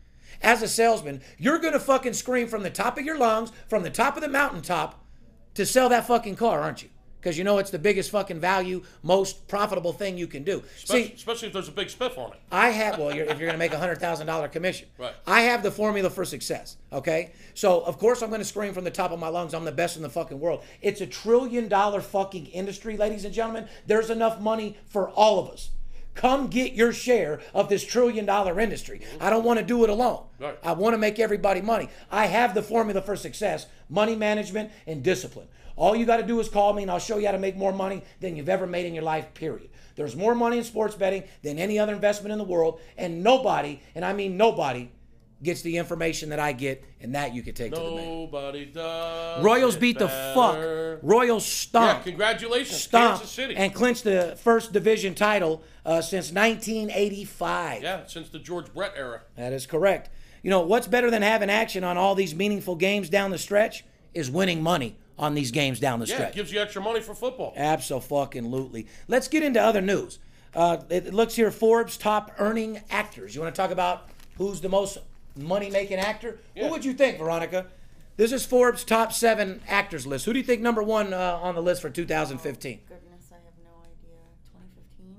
As a salesman, you're gonna fucking scream from the top of your lungs, from the top of the mountaintop, to sell that fucking car, aren't you? Because you know it's the biggest fucking value, most profitable thing you can do. Especially, See, especially if there's a big spiff on it. I have well, you're, if you're going to make a hundred thousand dollar commission, Right. I have the formula for success. Okay, so of course I'm going to scream from the top of my lungs. I'm the best in the fucking world. It's a trillion dollar fucking industry, ladies and gentlemen. There's enough money for all of us. Come get your share of this trillion dollar industry. I don't want to do it alone. Right. I want to make everybody money. I have the formula for success: money management and discipline. All you got to do is call me and I'll show you how to make more money than you've ever made in your life, period. There's more money in sports betting than any other investment in the world, and nobody, and I mean nobody, gets the information that I get, and that you can take to the bank. Nobody does. Royals it beat the better. fuck. Royals Yeah, stunk. congratulations, stunk Kansas City. and clinched the first division title uh, since 1985. yeah, since the George Brett era. That is correct. You know, what's better than having action on all these meaningful games down the stretch is winning money on these games down the Yeah, stretch. it gives you extra money for football. Absolutely. Let's get into other news. Uh, it it looks here Forbes top earning actors. You want to talk about who's the most money making actor? What would you think, Veronica? This is Forbes top seven actors list. Who do you think number one uh, on the list for 2015? Goodness, I have no idea. 2015.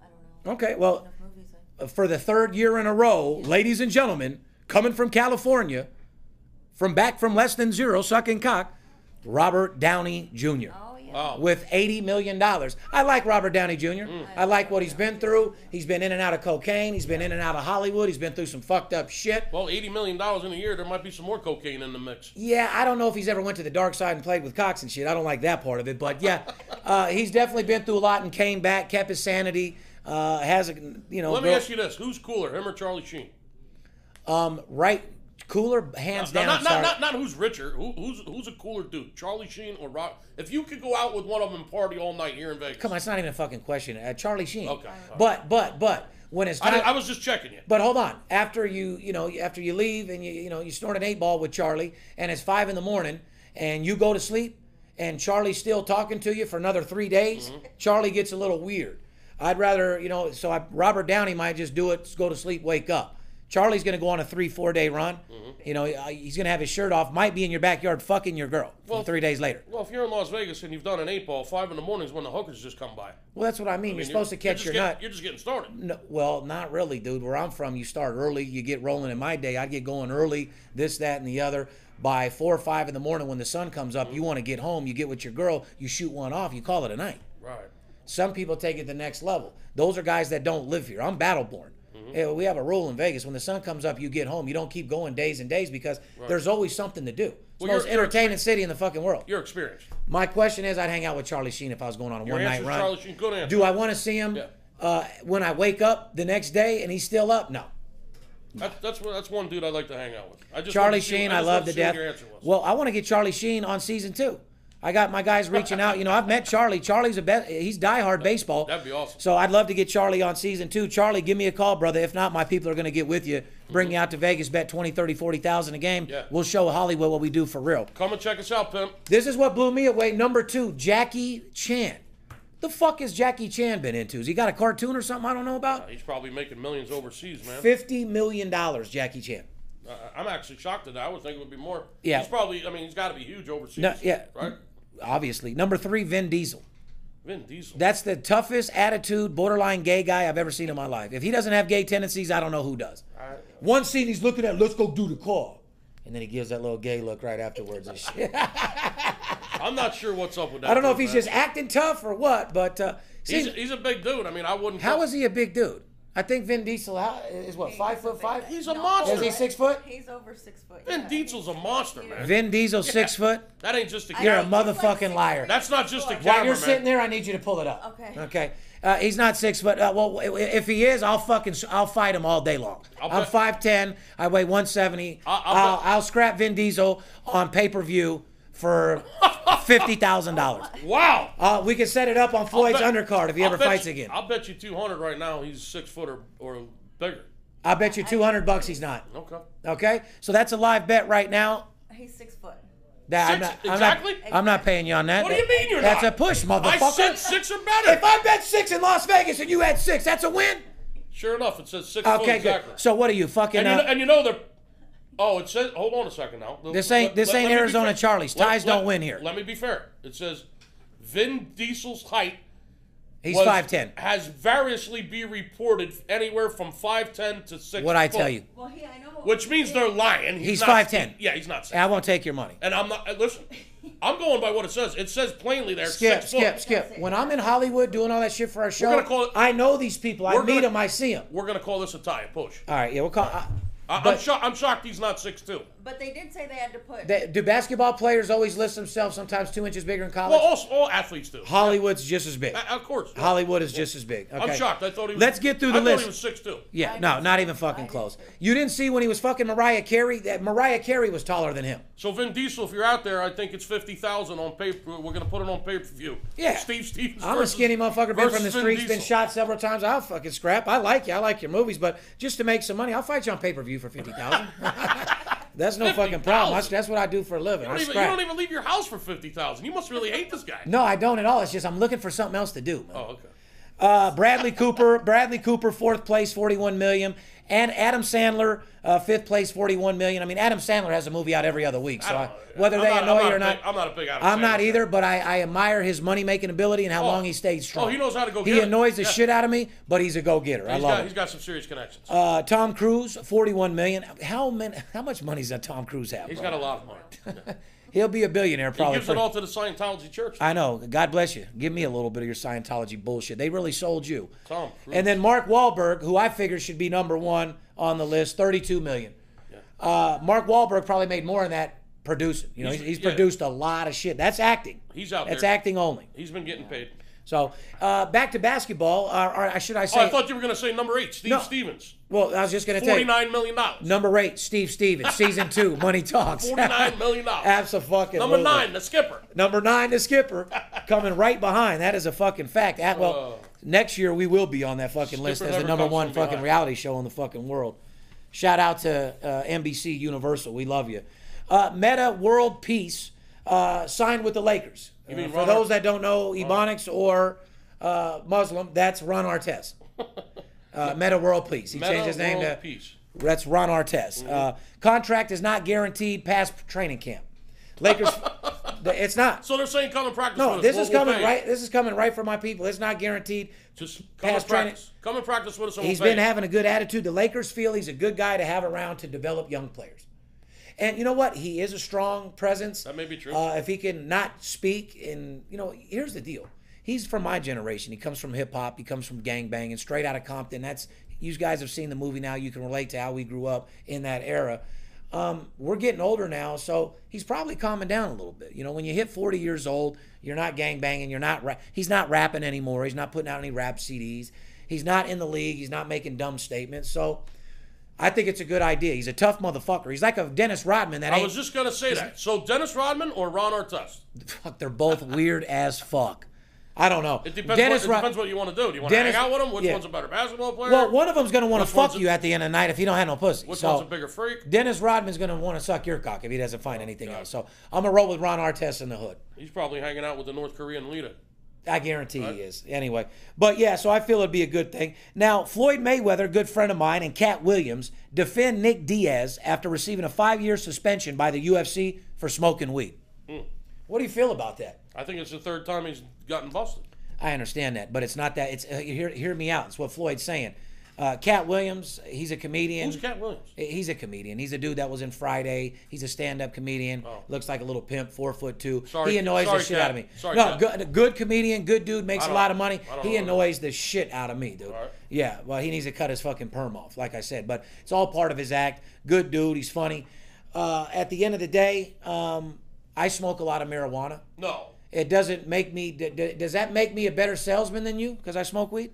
I don't know. Okay, well, Enough movies. I- for the third year in a row, ladies and gentlemen, coming from California, from back from less than zero, sucking cock, Robert Downey Jr. Oh yeah. Wow. with $80 million. I like Robert Downey Jr. Mm. I like what he's been through. He's been in and out of cocaine. He's been in and out of Hollywood. He's been through some fucked up shit. Well, eighty million dollars in a year, there might be some more cocaine in the mix. Yeah, I don't know if he's ever went to the dark side and played with cocks and shit. I don't like that part of it, but yeah, uh, he's definitely been through a lot and came back, kept his sanity. Uh, has a you know Let me real- ask you this: Who's cooler, him or Charlie Sheen? um, right Cooler, hands No, down. not, not, sorry. not, not who's richer. Who, who's who's a cooler dude? Charlie Sheen or Rock? If you could go out with one of them and party all night here in Vegas. Come on, it's not even a fucking question. Uh, Charlie Sheen. Okay, all right. But but but when it's I, time, did- I was just checking you. But hold on. After you, you know, after you leave and you, you know, you snort an eight ball with Charlie, and it's five in the morning, and you go to sleep, and Charlie's still talking to you for another three days. Mm-hmm. Charlie gets a little weird. I'd rather, you know, so I, Robert Downey might just do it, go to sleep, wake up. Charlie's going to go on a three, four day run. Mm-hmm. You know, uh, he's going to have his shirt off, might be in your backyard fucking your girl Well- three days later. Well, if you're in Las Vegas and you've done an eight ball, five in the morning is when the hookers just come by. I mean, Well, that's what I mean. you're, supposed to catch just your getting- nut. You're just getting started. No, well, not really, dude. Where I'm from, you start early, you get rolling. In my day, I'd get going early, this, that, and the other. By four or five in the morning, when the sun comes up, Mm-hmm. you want to get home. You get with your girl, you shoot one off, you call it a night. Right. Some people take it the next level. Those are guys that don't live here. I'm battle born. Mm-hmm. Yeah, we have a rule in Vegas: when the sun comes up, you get home. You don't keep going days and days because there's always something to do. It's the Well, most you're- you're- entertaining city in the fucking world. You're experienced. My question is, I'd hang out with Charlie Sheen if I was going on a one night answer's run. Charlie Sheen. Good answer. Do I want to see him Yeah. uh, when I wake up the next day and he's still up? No. That's that's what- that's one dude I'd like to hang out with. I just Charlie wanted to see- Sheen, I I just love wanted to see what death. Your answer was. Well, I want to get Charlie Sheen on season two. I got my guys reaching out. You know, I've met Charlie. Charlie's a bet. He's diehard baseball. that'd be awesome. So I'd love to get Charlie on season two. Charlie, give me a call, brother. If not, my people are going to get with you. Bring you out to Vegas, bet 20, 30, 40,000 a game. Mm-hmm. Yeah. We'll show Hollywood what we do for real. come and check us out, pimp. This is what blew me away. Number two, Jackie Chan. The fuck has Jackie Chan been into? Has he got a cartoon or something I don't know about? He's probably making millions overseas, man. $50 million, Jackie Chan. Uh, I'm actually shocked at that. I would think it would be more. Yeah. He's probably. I mean, he's got to be huge overseas. No, yeah. Right. Obviously. Number three, Vin Diesel. Vin Diesel. That's the toughest attitude, borderline gay guy I've ever seen in my life. If he doesn't have gay tendencies, I don't know who does. One scene he's looking at, let's go do the car. And then he gives that little gay look right afterwards and shit. I'm not sure what's up with that. I don't know dude, if he's man. just acting tough or what, but uh, He's, see, he's a big dude. I mean, I wouldn't. how is he a big dude? I think Vin Diesel how, is what, five foot five? He's a monster. Is he six foot? He's over six foot. Vin yeah. Diesel's a monster, man. Vin Diesel, six foot? That ain't just a You're a camera. motherfucking liar. That's not just a Why camera, While you're man. sitting there, I need you to pull it up. Okay. Okay. Uh, he's not six foot. Uh, well, i- if he is, I'll fucking I'll fight him all day long. I'll I'm bet- five ten. I weigh one seventy. I- I'll, I'll I'll, bet- scrap Vin Diesel on pay per view for fifty thousand dollars. Wow. Uh, we can set it up on Floyd's bet- undercard if he I'll ever bet fights you- again. I'll, I'll bet you 200 right now. He's six foot or, or bigger. bet you two hundred bucks he's not. Okay. Okay. So that's a live bet right now. He's six foot. That Six- I'm not, I'm not- exactly? I'm not paying you on that. What do you mean you're That's not? a push, motherfucker. I said six or better. if I bet six in Las Vegas and you had six, that's a win. sure enough, it says six foot Okay, exactly. good. So what are you fucking? and, you uh, know, and you know they're. Oh, it says. Hold on a second now. This ain't- this ain't me be Arizona fair. Charlie's. Ties don't win here. Let me be fair. It says Vin Diesel's height he's was- five ten. Has variously be reported anywhere from five ten to six. What I foot, tell you, Well, he, I know. Which means they're lying. He's not- 5'10". Yeah, he's not. Six. I won't take your money. And I'm not. uh, Listen, I'm going by what it says. It says plainly there. Skip, six skip, foot. skip. When I'm in Hollywood doing all that shit for our show, gonna call it- I know these people. I We're meet gonna- them. I see them. We're gonna call this a tie. Push. All right, yeah, we'll call. uh, I, I, I'm but shocked. I'm shocked he's not six two. But they did say they had to put. they- do basketball players always list themselves sometimes two inches bigger in college? Well, oh, also, all athletes do. Hollywood's just as big. Uh, of course. Hollywood is just as big. Okay. I'm shocked. I thought he. Was, Let's get through the I list. Thought he was six two. yeah, I no, did not too. even I fucking did close. too. You didn't see when he was fucking Mariah Carey that Mariah Carey was taller than him. So Vin Diesel, if you're out there, I think it's fifty thousand on pay. We're gonna put it on pay per view. Yeah. Steve Stevens. I'm a versus- skinny motherfucker, been versus from the Vin streets, been Diesel. shot several times. I'll fucking scrap. I like you. I like your movies, but just to make some money, I'll fight you on pay per view for fifty thousand. that's no fucking problem. That's, 50,000? that's what I do for a living. You I don't, even, you scrap. don't even leave your house for fifty thousand. You must really hate this guy. no, I don't at all. It's just I'm looking for something else to do. man. Oh, okay. Uh, Bradley Cooper, Bradley Cooper, fourth place, forty-one million, and Adam Sandler, uh, fifth place, forty-one million. I mean, Adam Sandler has a movie out every other week, so I, whether I'm they not- I'm annoy not you or a not, big- I'm not a big Adam I'm Sandler not fan. either, but I, I admire his money-making ability and how long he stays strong. Oh, he knows how to go He get it. annoys the Yeah. shit out of me, but he's a go-getter. I He's love got, him. he's got some serious connections. Uh, Tom Cruise, forty-one million. How many? How much money does that Tom Cruise have? he's bro? got a lot of money. He'll be a billionaire He probably. gives it pretty- all to the Scientology church. I know. God bless you. Give me a little bit of your Scientology bullshit. They really sold you. Tom Cruise. And then Mark Wahlberg, who I figure should be number one on the list, thirty-two million. Uh, Mark Wahlberg probably made more than that producing. You know, he's, He's- he's yeah. produced a lot of shit. That's acting. He's out That's there. acting only. He's been getting paid. So uh, back to basketball, or, or should I say? Oh, I thought you were going to say number eight, Steve No. Stevens, well, I was just going to tell you. forty-nine million dollars. Number eight, Steve Stevens, season two, Money Talks. Forty-nine million dollars. Absolutely. Number nine, the skipper. Number nine, the skipper, coming right behind. That is a fucking fact. At, well, next year we will be on that fucking list Skipper as the never number comes one from fucking behind. reality show in the fucking world. Shout out to uh, NBC Universal. We love you. Uh, Meta World Peace uh, signed with the Lakers. mean Uh, for Ron Ar- Oh. those that don't know, Ebonics or uh, Muslim, that's Ron Artest. Uh, Meta World Peace. He changed his name World to Peace. that's Ron Artest. Mm-hmm. Uh, contract is not guaranteed past training camp. Lakers, it's not. So they're saying come and practice. with No, us. this We'll- is we'll coming pay you. right. This is coming right from my people. It's not guaranteed. Just come and past training. practice. Come and practice with us. And He's we'll pay been you. having a good attitude. The Lakers feel he's a good guy to have around to develop young players. And you know what? He is a strong presence. That may be true. Uh, if he can not speak, and you know, here's the deal. He's from my generation. He comes from hip hop. He comes from gang banging, straight out of Compton. That's you guys have seen the movie now. You can relate to how we grew up in that era. Um, we're getting older now, so he's probably calming down a little bit. You know, when you hit 40 years old, you're not gang banging. You're not. Ra- he's not rapping anymore. He's not putting out any rap CDs. He's not in the league. He's not making dumb statements. So. I think it's a good idea. He's a tough motherfucker. He's like a Dennis Rodman that I ain't was just gonna say that. So Dennis Rodman or Ron Artest? fuck, they're both weird as fuck. I don't know. It depends. Dennis what, it Rod- depends what you want to do. Do you want to hang Dennis- out with him? Which yeah. one's a better basketball player? well, one of them's gonna want to Which fuck one's a- you at the end of the night if he don't have no pussy. Which so one's a bigger freak? Dennis Rodman's gonna want to suck your cock if he doesn't find anything else. So I'm gonna roll with Ron Artest in the hood. He's probably hanging out with the North Korean leader. I guarantee he is. Anyway, but yeah, so I feel it'd be a good thing. Now, Floyd Mayweather, good friend of mine, and Cat Williams defend Nick Diaz after receiving a five-year suspension by the UFC for smoking weed. Hmm. What do you feel about that? I think it's the third time he's gotten busted. I understand that, but it's not that. It's uh, hear, hear me out. It's what Floyd's saying. Uh, Cat Williams, he's a comedian. Who's Cat Williams? He's a comedian. He's a dude that was in Friday. He's a stand-up comedian. Looks like a little pimp, four foot two. Oh. Sorry- he annoys sorry, the shit Cat. out of me. Sorry, no, Cat. good, good comedian, good dude, makes a don't- lot of money. I don't He know that. annoys the shit out of me, dude. right. Yeah, well, he needs to cut his fucking perm off, like I said. But it's all part of his act. Good dude. He's funny. Uh, at the end of the day, um, I smoke a lot of marijuana. No, It doesn't make me. d- d- Does that make me a better salesman than you? Because I smoke weed.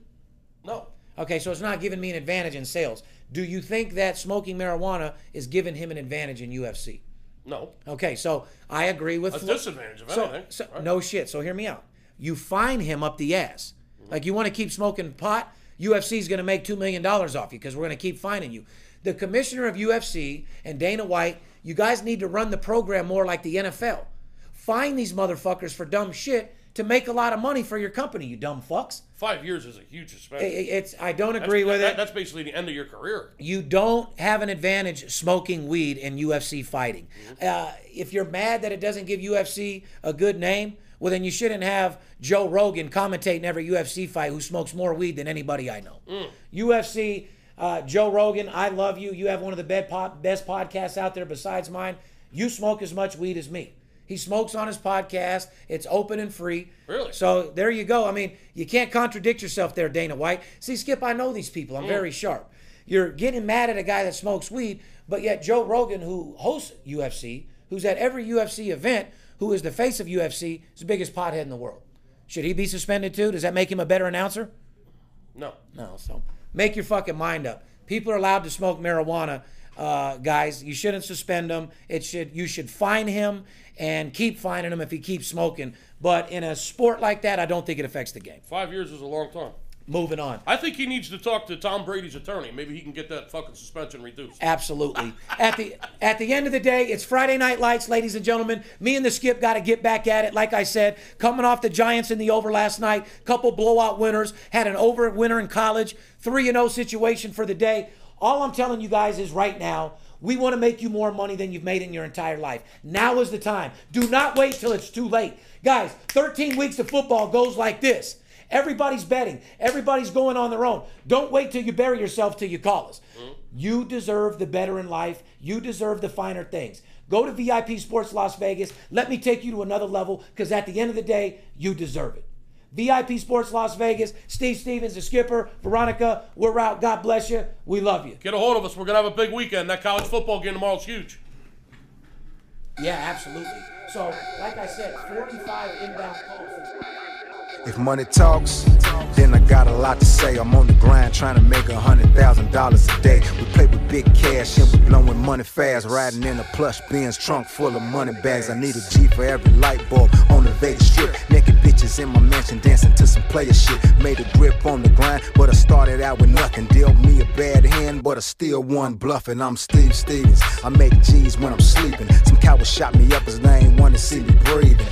no. Okay, so it's not giving me an advantage in sales. Do you think that smoking marijuana is giving him an advantage in UFC? No. Okay, so I agree with A Flo- disadvantage, if so, anything. so- right? No shit. So hear me out. You fine him up the ass. Mm-hmm. Like you want to keep smoking pot, UFC's going to make two million dollars off you because we're going to keep fining you. The commissioner of UFC and Dana White, you guys need to run the program more like the NFL. Fine these motherfuckers for dumb shit to make a lot of money for your company. You dumb fucks. Five years is a huge I- I- suspension. It's I don't That's- agree with that- it. That's basically the end of your career. you don't have an advantage smoking weed in UFC fighting. Uh, if you're mad that it doesn't give UFC a good name, well, then you shouldn't have Joe Rogan commentating every UFC fight who smokes more weed than anybody I know. UFC, uh, Joe Rogan, I love you. You have one of the best, pop, best podcasts out there besides mine. You smoke as much weed as me. He smokes on his podcast. It's open and free. Really? So there you go. I mean, you can't contradict yourself there, Dana White. See, Skip, I know these people. I'm very sharp. You're getting mad at a guy that smokes weed, but yet Joe Rogan, who hosts UFC, who's at every UFC event, who is the face of UFC, is the biggest pothead in the world. Should he be suspended too? Does that make him a better announcer? No. No. So make your fucking mind up. People are allowed to smoke marijuana, uh, guys. You shouldn't suspend him. It should you should fine him and keep fining him if he keeps smoking. But in a sport like that, I don't think it affects the game. Five years is a long time. Moving on. I think he needs to talk to Tom Brady's attorney. Maybe he can get that fucking suspension reduced. Absolutely. At the at the end of the day, it's Friday night lights, ladies and gentlemen. Me and the skip got to get back at it. Like I said, coming off the Giants in the over last night, couple blowout winners, had an over winner in college, three and zero situation for the day. All I'm telling you guys is right now, we want to make you more money than you've made in your entire life. Now is the time. Do not wait till it's too late, guys. 13 weeks of football goes like this. Everybody's betting. Everybody's going on their own. Don't wait till you bury yourself till you call us. You deserve the better in life. You deserve the finer things. Go to VIP Sports Las Vegas. Let me take you to another level because at the end of the day, you deserve it. VIP Sports Las Vegas, Steve Stevens, the skipper, Veronica, we're out. God bless you. We love you. Get a hold of us. We're going to have a big weekend. That college football game tomorrow's huge. Yeah, absolutely. So, like I said, 45 inbound calls. If money talks, then I got a lot to say. I'm on the grind trying to make a hundred thousand dollars a day. We play with big cash and we blowing money fast. Riding in a plush Benz trunk full of money bags. I need a G for every light bulb on the Vegas strip. Naked bitches in my mansion dancing to some player shit. Made a grip on the grind, but I started out with nothing. Dealt me a bad hand, but I still won bluffing. I'm Steve Stevens. I make G's when I'm sleeping. Some coward shot me up 'cause they ain't want to see me breathing.